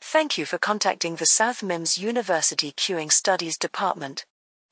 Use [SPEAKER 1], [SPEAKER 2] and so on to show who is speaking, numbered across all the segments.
[SPEAKER 1] Thank you for contacting the South MIMS University Queuing Studies Department.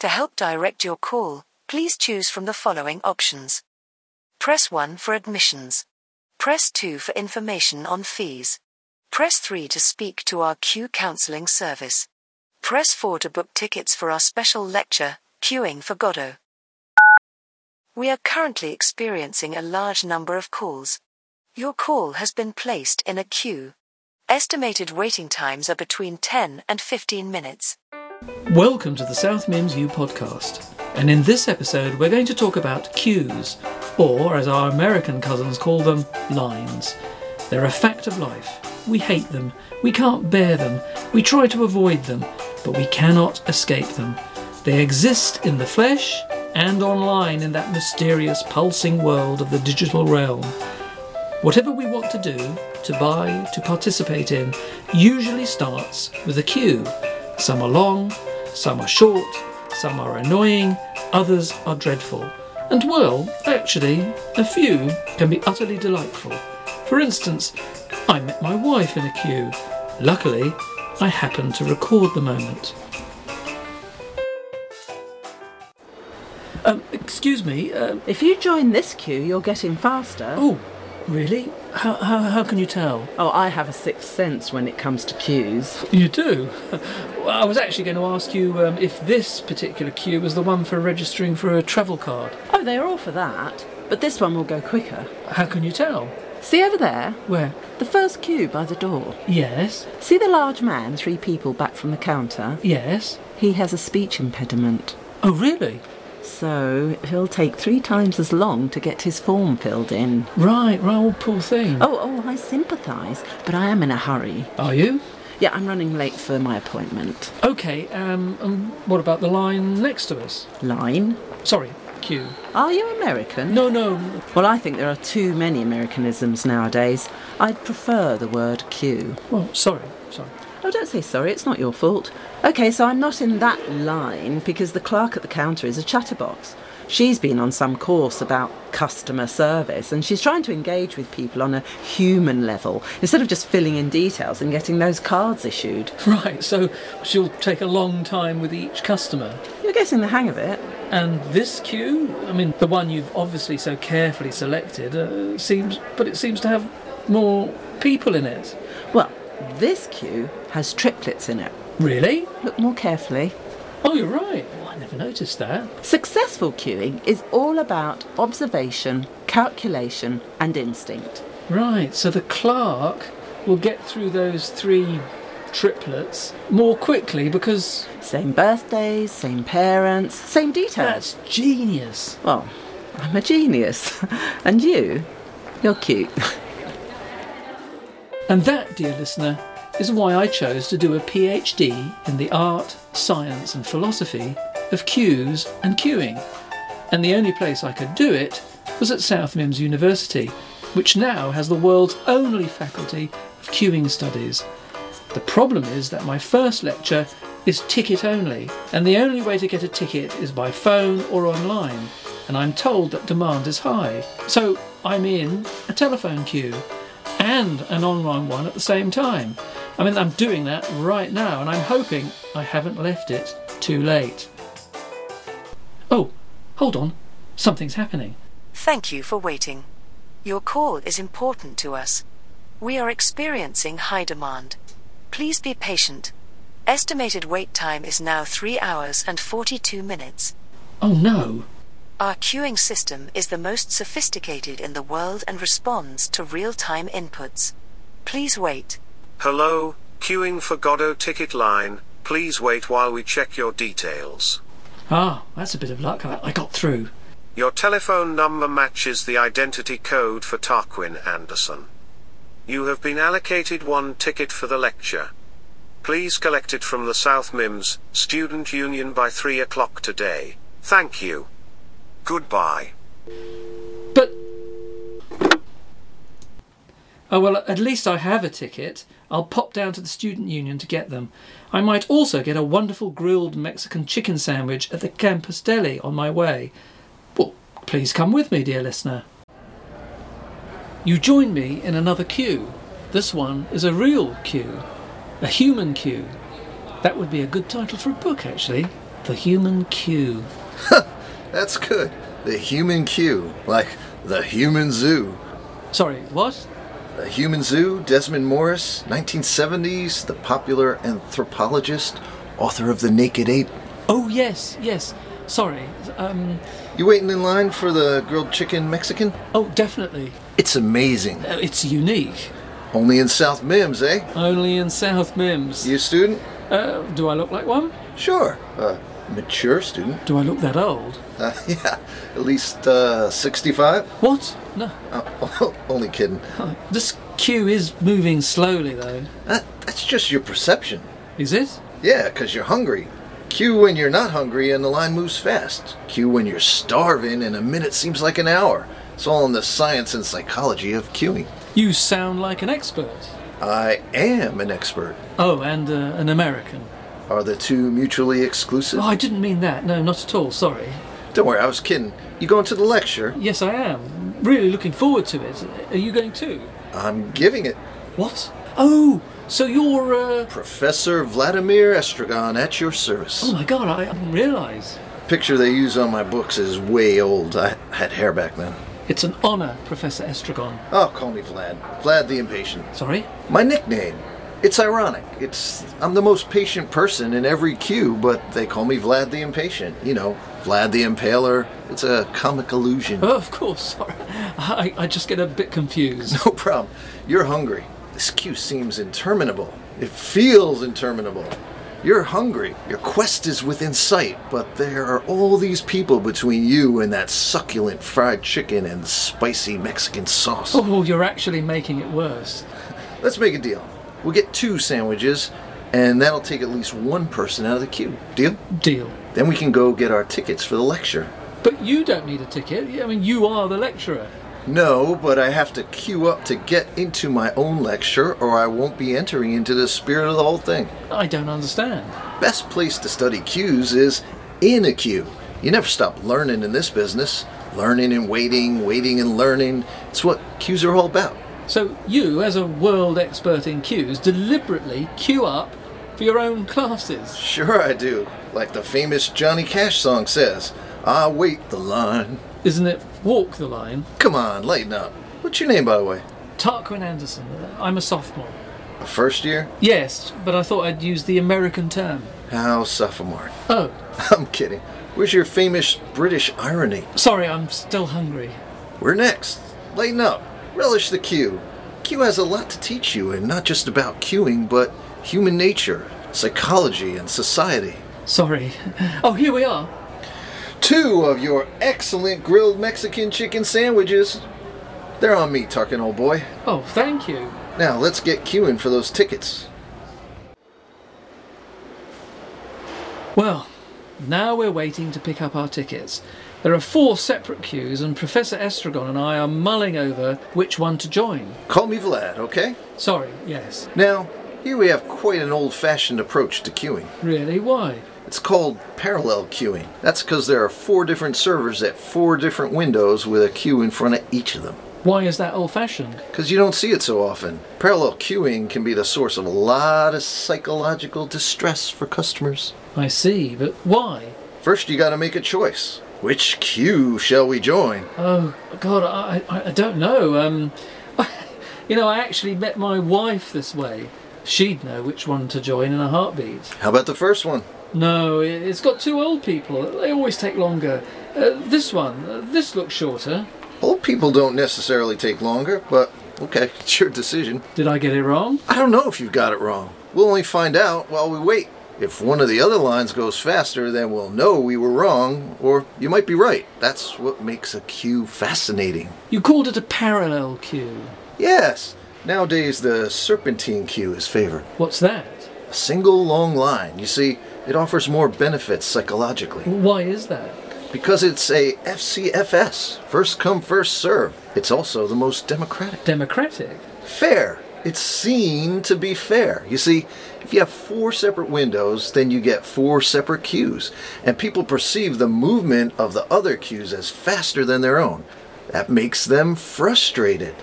[SPEAKER 1] To help direct your call, please choose from the following options. Press 1 for admissions. Press 2 for information on fees. Press 3 to speak to our queue counseling service. Press 4 to book tickets for our special lecture, Queuing for Godot. We are currently experiencing a large number of calls. Your call has been placed in a queue. Estimated waiting times are between 10 and 15 minutes.
[SPEAKER 2] Welcome to the South Mims U podcast, and in this episode, we're going to talk about cues, or as our American cousins call them, lines. They're a fact of life. We hate them, we can't bear them, we try to avoid them, but we cannot escape them. They exist in the flesh and online in that mysterious, pulsing world of the digital realm. Whatever we want to do, to buy, to participate in, usually starts with a cue. Some are long, some are short, some are annoying, others are dreadful. And well, actually, a few can be utterly delightful. For instance, I met my wife in a queue. Luckily, I happened to record the moment. Um, excuse me. Um,
[SPEAKER 3] If you join this queue, you're getting faster.
[SPEAKER 2] oh, really? How, how, how can you tell?
[SPEAKER 3] Oh, I have a sixth sense when it comes to queues.
[SPEAKER 2] You do. Well, I was actually going to ask you um, if this particular queue was the one for registering for a travel card.
[SPEAKER 3] Oh, they're all for that, but this one will go quicker.
[SPEAKER 2] How can you tell?
[SPEAKER 3] See over there?
[SPEAKER 2] Where?
[SPEAKER 3] The first queue by the door.
[SPEAKER 2] Yes,
[SPEAKER 3] See the large man, three people back from the counter?
[SPEAKER 2] yes.
[SPEAKER 3] He has a speech impediment.
[SPEAKER 2] Oh, really?
[SPEAKER 3] So he'll take three times as long to get his form filled in.
[SPEAKER 2] Right, right. Well, poor thing.
[SPEAKER 3] Oh, oh, I sympathise, but I am in a hurry.
[SPEAKER 2] Are you?
[SPEAKER 3] Yeah, I'm running late for my appointment.
[SPEAKER 2] Okay. Um, um, what about the line next to us?
[SPEAKER 3] Line?
[SPEAKER 2] Sorry, queue.
[SPEAKER 3] Are you American?
[SPEAKER 2] No, no.
[SPEAKER 3] Well, I think there are too many Americanisms nowadays. I'd prefer the word queue.
[SPEAKER 2] Well, sorry, sorry.
[SPEAKER 3] Oh, don't say sorry, it's not your fault. OK, so I'm not in that line because the clerk at the counter is a chatterbox. She's been on some course about customer service and she's trying to engage with people on a human level instead of just filling in details and getting those cards issued.
[SPEAKER 2] Right. So she'll take a long time with each customer.
[SPEAKER 3] You're getting the hang of it.
[SPEAKER 2] And this queue, I mean, the one you've obviously so carefully selected, uh, seems, but it seems to have more people in it.
[SPEAKER 3] Well, this queue has triplets in it.
[SPEAKER 2] Really?
[SPEAKER 3] Look more carefully.
[SPEAKER 2] Oh, you're right. Oh, I never noticed that.
[SPEAKER 3] Successful queuing is all about observation, calculation, and instinct.
[SPEAKER 2] Right, so the clerk will get through those three triplets more quickly because
[SPEAKER 3] Same birthdays, same parents, same details.
[SPEAKER 2] that's genius.
[SPEAKER 3] Well, I'm a genius. and you? You're cute.
[SPEAKER 2] And that, dear listener, is why I chose to do a PhD in the art, science, and philosophy of queues and queuing. And the only place I could do it was at South Mims University, which now has the world's only faculty of queuing studies. The problem is that my first lecture is ticket only, and the only way to get a ticket is by phone or online, and I'm told that demand is high. So I'm in a telephone queue and an online one at the same time. I mean, I'm doing that right now, and I'm hoping I haven't left it too late. Oh, hold on, something's happening.
[SPEAKER 1] Thank you for waiting. Your call is important to us. We are experiencing high demand. Please be patient. Estimated wait time is now 3 hours and 42 minutes.
[SPEAKER 2] Oh no.
[SPEAKER 1] Our queuing system is the most sophisticated in the world and responds to real time inputs. Please wait.
[SPEAKER 4] Hello, queuing for Godot ticket line. Please wait while we check your details.
[SPEAKER 2] Ah, that's a bit of luck. I, I got through.
[SPEAKER 4] Your telephone number matches the identity code for Tarquin Anderson. You have been allocated one ticket for the lecture. Please collect it from the South Mims Student Union by 3 o'clock today. Thank you. Goodbye.
[SPEAKER 2] But. Oh, well, at least I have a ticket. I'll pop down to the student union to get them. I might also get a wonderful grilled Mexican chicken sandwich at the campus deli on my way. Well, please come with me, dear listener. You join me in another queue. This one is a real queue. A human queue. That would be a good title for a book, actually. The Human Queue.
[SPEAKER 5] That's good. The human queue, like the human zoo.
[SPEAKER 2] Sorry, what?
[SPEAKER 5] The Human Zoo, Desmond Morris, 1970s, the popular anthropologist, author of The Naked Ape.
[SPEAKER 2] Oh, yes, yes. Sorry. Um,
[SPEAKER 5] You waiting in line for the grilled chicken Mexican?
[SPEAKER 2] oh, definitely.
[SPEAKER 5] It's amazing.
[SPEAKER 2] Uh, It's unique.
[SPEAKER 5] Only in South Mims, eh?
[SPEAKER 2] Only in South Mims.
[SPEAKER 5] You a student?
[SPEAKER 2] Uh, do I look like one?
[SPEAKER 5] Sure. A mature student.
[SPEAKER 2] Do I look that old?
[SPEAKER 5] Uh, yeah, at least uh, 65?
[SPEAKER 2] What? No.
[SPEAKER 5] Uh, only kidding.
[SPEAKER 2] Oh, This queue is moving slowly, though.
[SPEAKER 5] That, that's just your perception.
[SPEAKER 2] Is it?
[SPEAKER 5] Yeah, 'cause you're hungry. Cue when you're not hungry and the line moves fast. Cue when you're starving and a minute seems like an hour. It's all in the science and psychology of queuing.
[SPEAKER 2] You sound like an expert.
[SPEAKER 5] I am an expert.
[SPEAKER 2] Oh, and uh, an American.
[SPEAKER 5] Are the two mutually exclusive?
[SPEAKER 2] Oh, I didn't mean that. No, not at all. Sorry.
[SPEAKER 5] Don't worry, I was kidding. You going to the lecture?
[SPEAKER 2] Yes, I am. Really looking forward to it. Are you going too?
[SPEAKER 5] I'm giving it.
[SPEAKER 2] What? Oh, so you're. Uh...
[SPEAKER 5] Professor Vladimir Estragon at your service.
[SPEAKER 2] Oh my god, I I didn't realise.
[SPEAKER 5] Picture they use on my books is way old. I had hair back then.
[SPEAKER 2] It's an honour, Professor Estragon.
[SPEAKER 5] Oh, call me Vlad. Vlad the Impatient.
[SPEAKER 2] Sorry?
[SPEAKER 5] My nickname. It's ironic. It's I'm the most patient person in every queue, but they call me Vlad the Impatient. You know, Vlad the Impaler. It's a comic illusion.
[SPEAKER 2] Oh, of course, sorry. I, I just get a bit confused.
[SPEAKER 5] No problem. You're hungry. This queue seems interminable. It feels interminable. You're hungry. Your quest is within sight, but there are all these people between you and that succulent fried chicken and spicy Mexican sauce.
[SPEAKER 2] Oh, you're actually making it worse.
[SPEAKER 5] Let's make a deal. We'll get two sandwiches, and that'll take at least one person out of the queue. Deal?
[SPEAKER 2] Deal.
[SPEAKER 5] Then we can go get our tickets for the lecture.
[SPEAKER 2] But you don't need a ticket. I mean, you are the lecturer.
[SPEAKER 5] No, but I have to queue up to get into my own lecture, or I won't be entering into the spirit of the whole thing.
[SPEAKER 2] I don't understand.
[SPEAKER 5] Best place to study queues is in a queue. You never stop learning in this business. Learning and waiting, waiting and learning. It's what queues are all about.
[SPEAKER 2] So, you, as a world expert in queues, deliberately queue up for your own classes.
[SPEAKER 5] Sure, I do. Like the famous Johnny Cash song says, I wait the line.
[SPEAKER 2] Isn't it walk the line?
[SPEAKER 5] Come on, lighten up. What's your name, by the way?
[SPEAKER 2] Tarquin Anderson. uh, I'm a sophomore.
[SPEAKER 5] A first year?
[SPEAKER 2] Yes, but I thought I'd use the American term.
[SPEAKER 5] How sophomore?
[SPEAKER 2] Oh,
[SPEAKER 5] I'm kidding. Where's your famous British irony?
[SPEAKER 2] sorry, I'm still hungry.
[SPEAKER 5] We're next. Lighten up. Relish the queue. Queue has a lot to teach you, and not just about queuing, but human nature, psychology, and society.
[SPEAKER 2] Sorry. Oh, here we are.
[SPEAKER 5] Two of your excellent grilled Mexican chicken sandwiches. They're on me, Tarkin, old boy.
[SPEAKER 2] Oh, thank you.
[SPEAKER 5] Now let's get queuing for those tickets.
[SPEAKER 2] Well, now we're waiting to pick up our tickets. There are four separate queues, and Professor Estragon and I are mulling over which one to join.
[SPEAKER 5] Call me Vlad, okay?
[SPEAKER 2] Sorry, yes.
[SPEAKER 5] Now, here we have quite an old fashioned approach to queuing.
[SPEAKER 2] Really? Why?
[SPEAKER 5] It's called parallel queuing. That's because there are four different servers at four different windows with a queue in front of each of them.
[SPEAKER 2] Why is that old fashioned?
[SPEAKER 5] Because you don't see it so often. Parallel queuing can be the source of a lot of psychological distress for customers.
[SPEAKER 2] I see, but why?
[SPEAKER 5] First, you gotta make a choice. Which queue shall we join?
[SPEAKER 2] Oh, God, I, I, I don't know. Um, you know, I actually met my wife this way. She'd know which one to join in a heartbeat.
[SPEAKER 5] How about the first one?
[SPEAKER 2] No, i- it's got two old people. They always take longer. Uh, this one, uh, this looks shorter.
[SPEAKER 5] Old people don't necessarily take longer, but okay, it's your decision.
[SPEAKER 2] Did I get it wrong?
[SPEAKER 5] I don't know if you've got it wrong. We'll only find out while we wait. If one of the other lines goes faster, then we'll know we were wrong, or you might be right. That's what makes a queue fascinating.
[SPEAKER 2] You called it a parallel queue.
[SPEAKER 5] Yes, nowadays the serpentine queue is favored.
[SPEAKER 2] What's that?
[SPEAKER 5] A single long line. You see, it offers more benefits psychologically.
[SPEAKER 2] Why is that?
[SPEAKER 5] Because it's a FCFS, first come, first serve. It's also the most democratic.
[SPEAKER 2] Democratic.
[SPEAKER 5] fair. It's seen to be fair. You see, if you have four separate windows, then you get four separate queues, and people perceive the movement of the other queues as faster than their own. That makes them frustrated.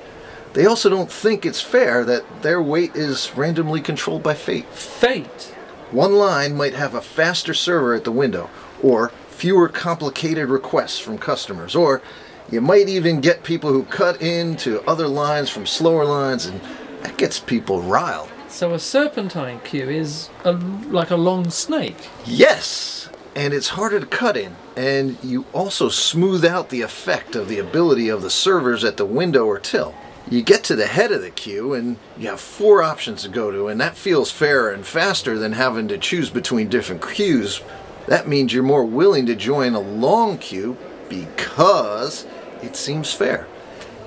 [SPEAKER 5] They also don't think it's fair that their weight is randomly controlled by fate.
[SPEAKER 2] Fate.
[SPEAKER 5] One line might have a faster server at the window, or fewer complicated requests from customers, or you might even get people who cut into other lines from slower lines, and that gets people riled.
[SPEAKER 2] So a serpentine queue is a, like a long snake.
[SPEAKER 5] Yes! And it's harder to cut in, and you also smooth out the effect of the ability of the servers at the window or till. You get to the head of the queue, and you have four options to go to, and that feels fairer and faster than having to choose between different queues. That means you're more willing to join a long queue because it seems fair.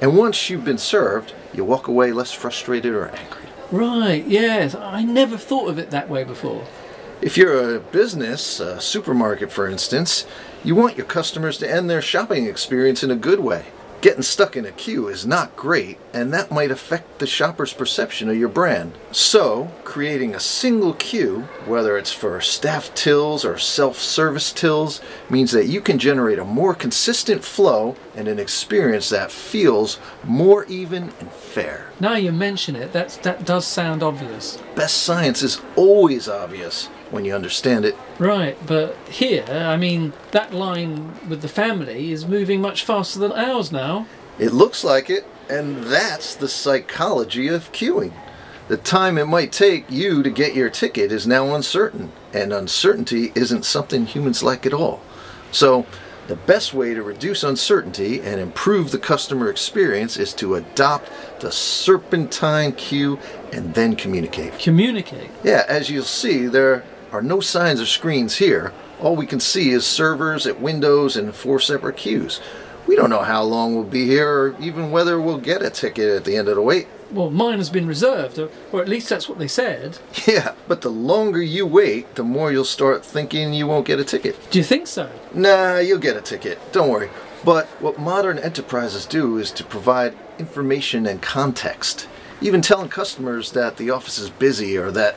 [SPEAKER 5] And once you've been served, you walk away less frustrated or angry.
[SPEAKER 2] Right, yes. I never thought of it that way before.
[SPEAKER 5] If you're a business, a supermarket for instance, you want your customers to end their shopping experience in a good way. Getting stuck in a queue is not great, and that might affect the shopper's perception of your brand. So, creating a single queue, whether it's for staff tills or self service tills, means that you can generate a more consistent flow and an experience that feels more even and fair.
[SPEAKER 2] Now you mention it, that's, that does sound obvious.
[SPEAKER 5] Best science is always obvious when you understand it.
[SPEAKER 2] Right, but here, I mean, that line with the family is moving much faster than ours now.
[SPEAKER 5] It looks like it, and that's the psychology of queuing. The time it might take you to get your ticket is now uncertain, and uncertainty isn't something humans like at all. So, the best way to reduce uncertainty and improve the customer experience is to adopt the serpentine queue and then communicate.
[SPEAKER 2] Communicate.
[SPEAKER 5] Yeah, as you'll see, there are no signs or screens here. All we can see is servers at windows and four separate queues. We don't know how long we'll be here or even whether we'll get a ticket at the end of the wait.
[SPEAKER 2] Well, mine has been reserved, or, or at least that's what they said.
[SPEAKER 5] Yeah, but the longer you wait, the more you'll start thinking you won't get a ticket.
[SPEAKER 2] Do you think so?
[SPEAKER 5] Nah, you'll get a ticket. Don't worry. But what modern enterprises do is to provide information and context. Even telling customers that the office is busy or that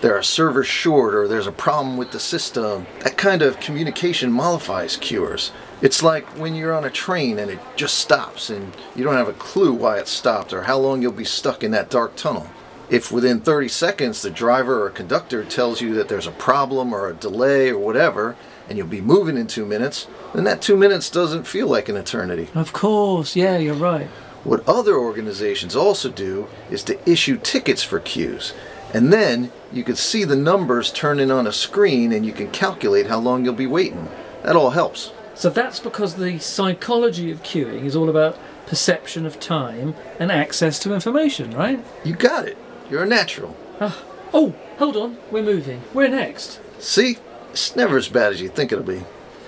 [SPEAKER 5] there are servers short or there's a problem with the system. That kind of communication mollifies cures. It's like when you're on a train and it just stops and you don't have a clue why it stopped or how long you'll be stuck in that dark tunnel. If within 30 seconds the driver or conductor tells you that there's a problem or a delay or whatever, and you'll be moving in two minutes, then that two minutes doesn't feel like an eternity.
[SPEAKER 2] Of course, yeah, you're right.
[SPEAKER 5] What other organizations also do is to issue tickets for queues. And then you can see the numbers turning on a screen and you can calculate how long you'll be waiting. That all helps.
[SPEAKER 2] So that's because the psychology of queuing is all about perception of time and access to information, right?
[SPEAKER 5] You got it. You're a natural.
[SPEAKER 2] Ah, oh, hold on, we're moving. We're next.
[SPEAKER 5] See? It's never as bad as you think it'll be.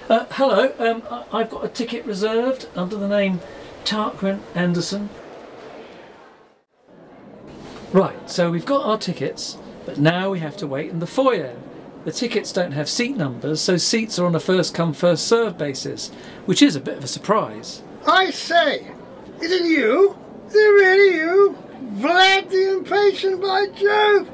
[SPEAKER 2] Uh, hello, um, I- I've got a ticket reserved under the name Tarquin Anderson. Right, so we've got our tickets, but now we have to wait in the foyer. The tickets don't have seat numbers, so seats are on a first come, first served basis, which is a bit of a surprise.
[SPEAKER 6] I say, is it you? Is it really you? Vlad the Impatient, by Jove!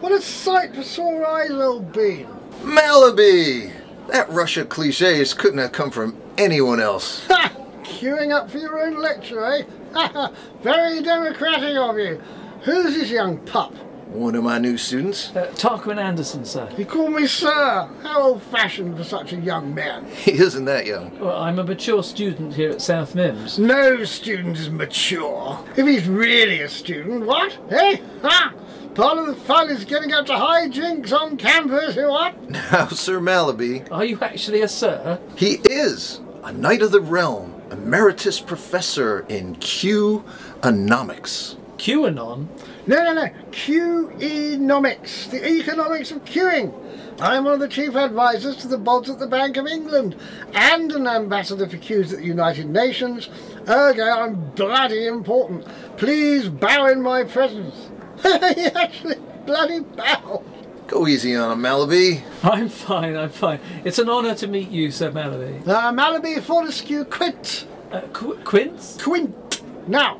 [SPEAKER 6] What a sight for sore eyes, old bean.
[SPEAKER 5] Malibu! That Russia cliches couldn't have come from anyone else.
[SPEAKER 6] Ha! Queuing up for your own lecture, eh? Ha ha! Very democratic of you. Who's this young pup?
[SPEAKER 5] One of my new students,
[SPEAKER 2] Uh, Tarquin Anderson, sir.
[SPEAKER 6] You call me sir. How old-fashioned for such a young man.
[SPEAKER 5] he isn't that young.
[SPEAKER 2] Well, I'm a mature student here at South Mims.
[SPEAKER 6] No student is mature. If he's really a student, what? Hey, ha! Part of the fun is getting up to hijinks on campus, eh, what?
[SPEAKER 5] Now, Sir Malibu,
[SPEAKER 2] Are you actually a sir?
[SPEAKER 5] he is a knight of the realm, emeritus professor in Q-onomics.
[SPEAKER 2] QAnon?
[SPEAKER 6] No, no, no. QEnomics, the economics of queuing. I'm one of the chief advisors to the bods at the Bank of England and an ambassador for queues at the United Nations. Ergo, I'm bloody important. Please bow in my presence. he actually bloody bow.
[SPEAKER 5] Go easy on him, Malibu.
[SPEAKER 2] I'm fine, I'm fine. It's an honour to meet you, Sir Mallory.
[SPEAKER 6] Uh, Malaby Fortescue quit.
[SPEAKER 2] Uh, Qu- Quince?
[SPEAKER 6] Quint. Now,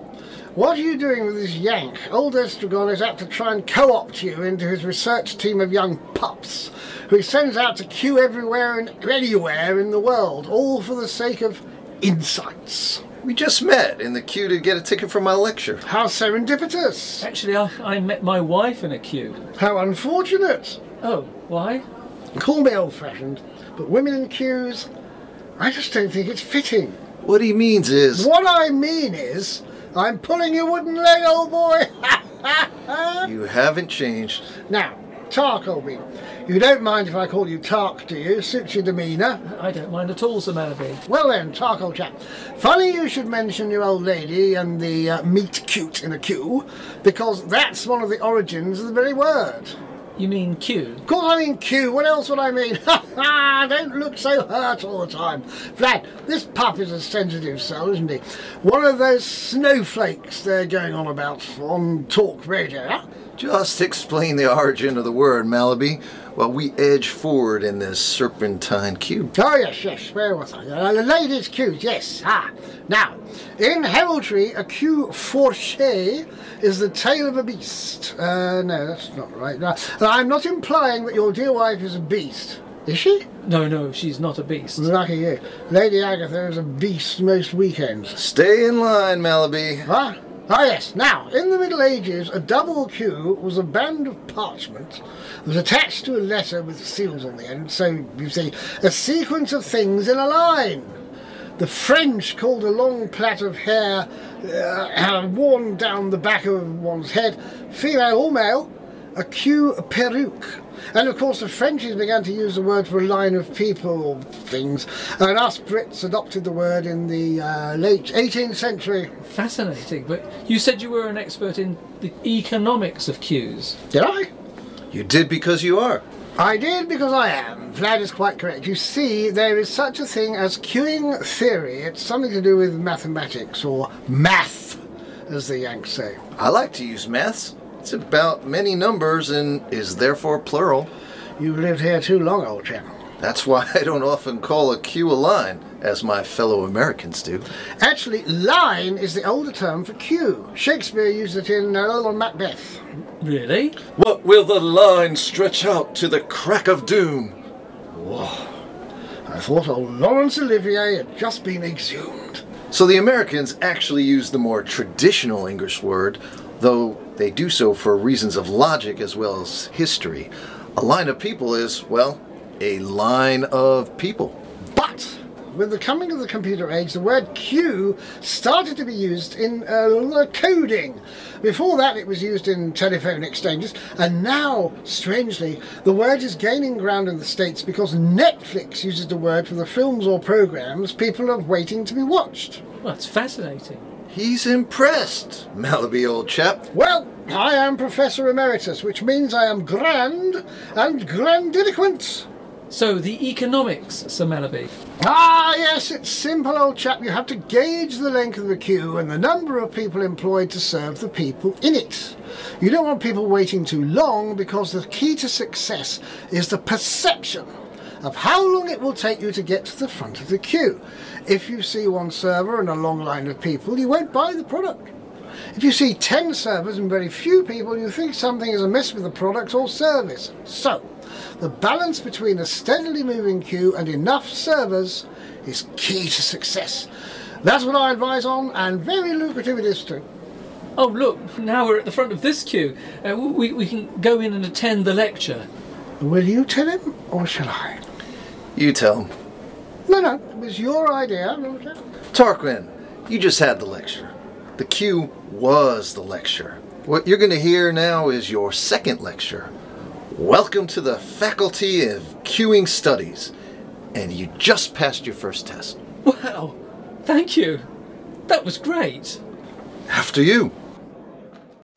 [SPEAKER 6] what are you doing with this yank? Old Estragon is out to try and co opt you into his research team of young pups, who he sends out to queue everywhere and anywhere in the world, all for the sake of insights.
[SPEAKER 5] We just met in the queue to get a ticket for my lecture.
[SPEAKER 6] How serendipitous!
[SPEAKER 2] Actually, I, I met my wife in a queue.
[SPEAKER 6] How unfortunate!
[SPEAKER 2] Oh, why?
[SPEAKER 6] Call me old fashioned, but women in queues, I just don't think it's fitting.
[SPEAKER 5] What he means is,
[SPEAKER 6] What I mean is, I'm pulling your wooden leg, old boy!
[SPEAKER 5] you haven't changed.
[SPEAKER 6] now, Tark, old me. You don't mind if I call you Tark, do you? Suits your demeanour.
[SPEAKER 2] I don't mind at all, Sir Mallaby.
[SPEAKER 6] Well then, Tark, old chap. Funny you should mention your old lady and the uh, meat cute in a queue, because that's one of the origins of the very word.
[SPEAKER 2] You mean queue?
[SPEAKER 6] Of course I mean Q. What else would I mean? Ha ha! Don't look so hurt all the time. Flat, this pup is a sensitive soul, isn't he? One of those snowflakes they're going on about on talk radio. huh?
[SPEAKER 5] Just explain the origin of the word, Malaby, while we edge forward in this serpentine queue.
[SPEAKER 6] Oh, yes, yes, where was I? Uh, the ladies' queues, yes. Ah. Now, in heraldry, a queue forché is the tail of a beast. Uh, no, that's not right. No, I'm not implying that your dear wife is a beast. Is she?
[SPEAKER 2] No, no, she's not a beast.
[SPEAKER 6] Lucky you. Lady Agatha is a beast most weekends.
[SPEAKER 5] Stay in line, Malaby.
[SPEAKER 6] Ah, ah, yes. Now, in the Middle Ages, a double Q was a band of parchment that was attached to a letter with seals on the end. So, you see, a sequence of things in a line. The French called a long plait of hair uh, worn down the back of one's head, female or male, a Q perruque. And of course, the Frenchies began to use the word for a line of people or things, and us Brits adopted the word in the uh, late 18th century.
[SPEAKER 2] Fascinating, but you said you were an expert in the economics of queues.
[SPEAKER 6] Did I?
[SPEAKER 5] You did because you are.
[SPEAKER 6] I did because I am. Vlad is quite correct. You see, there is such a thing as queuing theory. It's something to do with mathematics or math, as the Yanks say.
[SPEAKER 5] I like to use maths. It's about many numbers and is therefore plural.
[SPEAKER 6] You've lived here too long, old chap.
[SPEAKER 5] That's why I don't often call a queue a line, as my fellow Americans do.
[SPEAKER 6] Actually, line is the older term for queue. Shakespeare used it in uh, Macbeth.
[SPEAKER 2] Really?
[SPEAKER 5] What will the line stretch out to the crack of doom?
[SPEAKER 6] I thought old Laurence Olivier had just been exhumed.
[SPEAKER 5] So the Americans actually use the more traditional English word, though they do so for reasons of logic as well as history. A line of people is, well, a line of people.
[SPEAKER 6] But with the coming of the computer age, the word queue started to be used in uh, coding. Before that, it was used in telephone exchanges, and now, strangely, the word is gaining ground in the States because Netflix uses the word for the films or programs people are waiting to be watched.
[SPEAKER 2] Well, that's fascinating.
[SPEAKER 5] He's impressed, Malaby old chap.
[SPEAKER 6] Well, I am Professor Emeritus, which means I am grand and grandiloquent.
[SPEAKER 2] So, the economics, Sir Mallaby.
[SPEAKER 6] Ah, yes, it's simple, old chap. You have to gauge the length of the queue and the number of people employed to serve the people in it. You don't want people waiting too long because the key to success is the perception of how long it will take you to get to the front of the queue. If you see one server and a long line of people, you won't buy the product. If you see 10 servers and very few people, you think something is amiss with the product or service. So, the balance between a steadily moving queue and enough servers is key to success. That's what I advise on, and very lucrative it is too.
[SPEAKER 2] Oh, look, now we're at the front of this queue. Uh, we, we can go in and attend the lecture.
[SPEAKER 6] Will you tell him, or shall I?
[SPEAKER 5] You tell him.
[SPEAKER 6] No, no, it was your idea.
[SPEAKER 5] Tarquin, you just had the lecture. The queue was the lecture. What you're going to hear now is your second lecture. Welcome to the Faculty of Queuing Studies. And you just passed your first test.
[SPEAKER 2] Wow, thank you. That was great.
[SPEAKER 5] After you.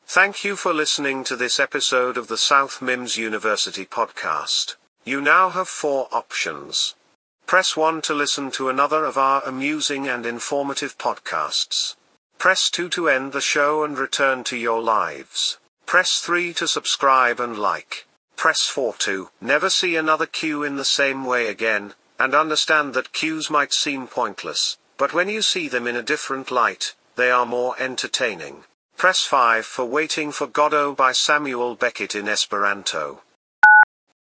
[SPEAKER 4] Thank you for listening to this episode of the South Mims University podcast. You now have four options. Press 1 to listen to another of our amusing and informative podcasts. Press 2 to end the show and return to your lives. Press 3 to subscribe and like. Press 4 to never see another queue in the same way again, and understand that queues might seem pointless, but when you see them in a different light, they are more entertaining. Press 5 for Waiting for Godot by Samuel Beckett in Esperanto.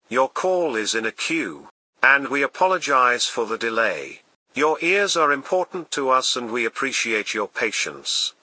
[SPEAKER 4] Your call is in a queue, and we apologize for the delay. Your ears are important to us and we appreciate your patience.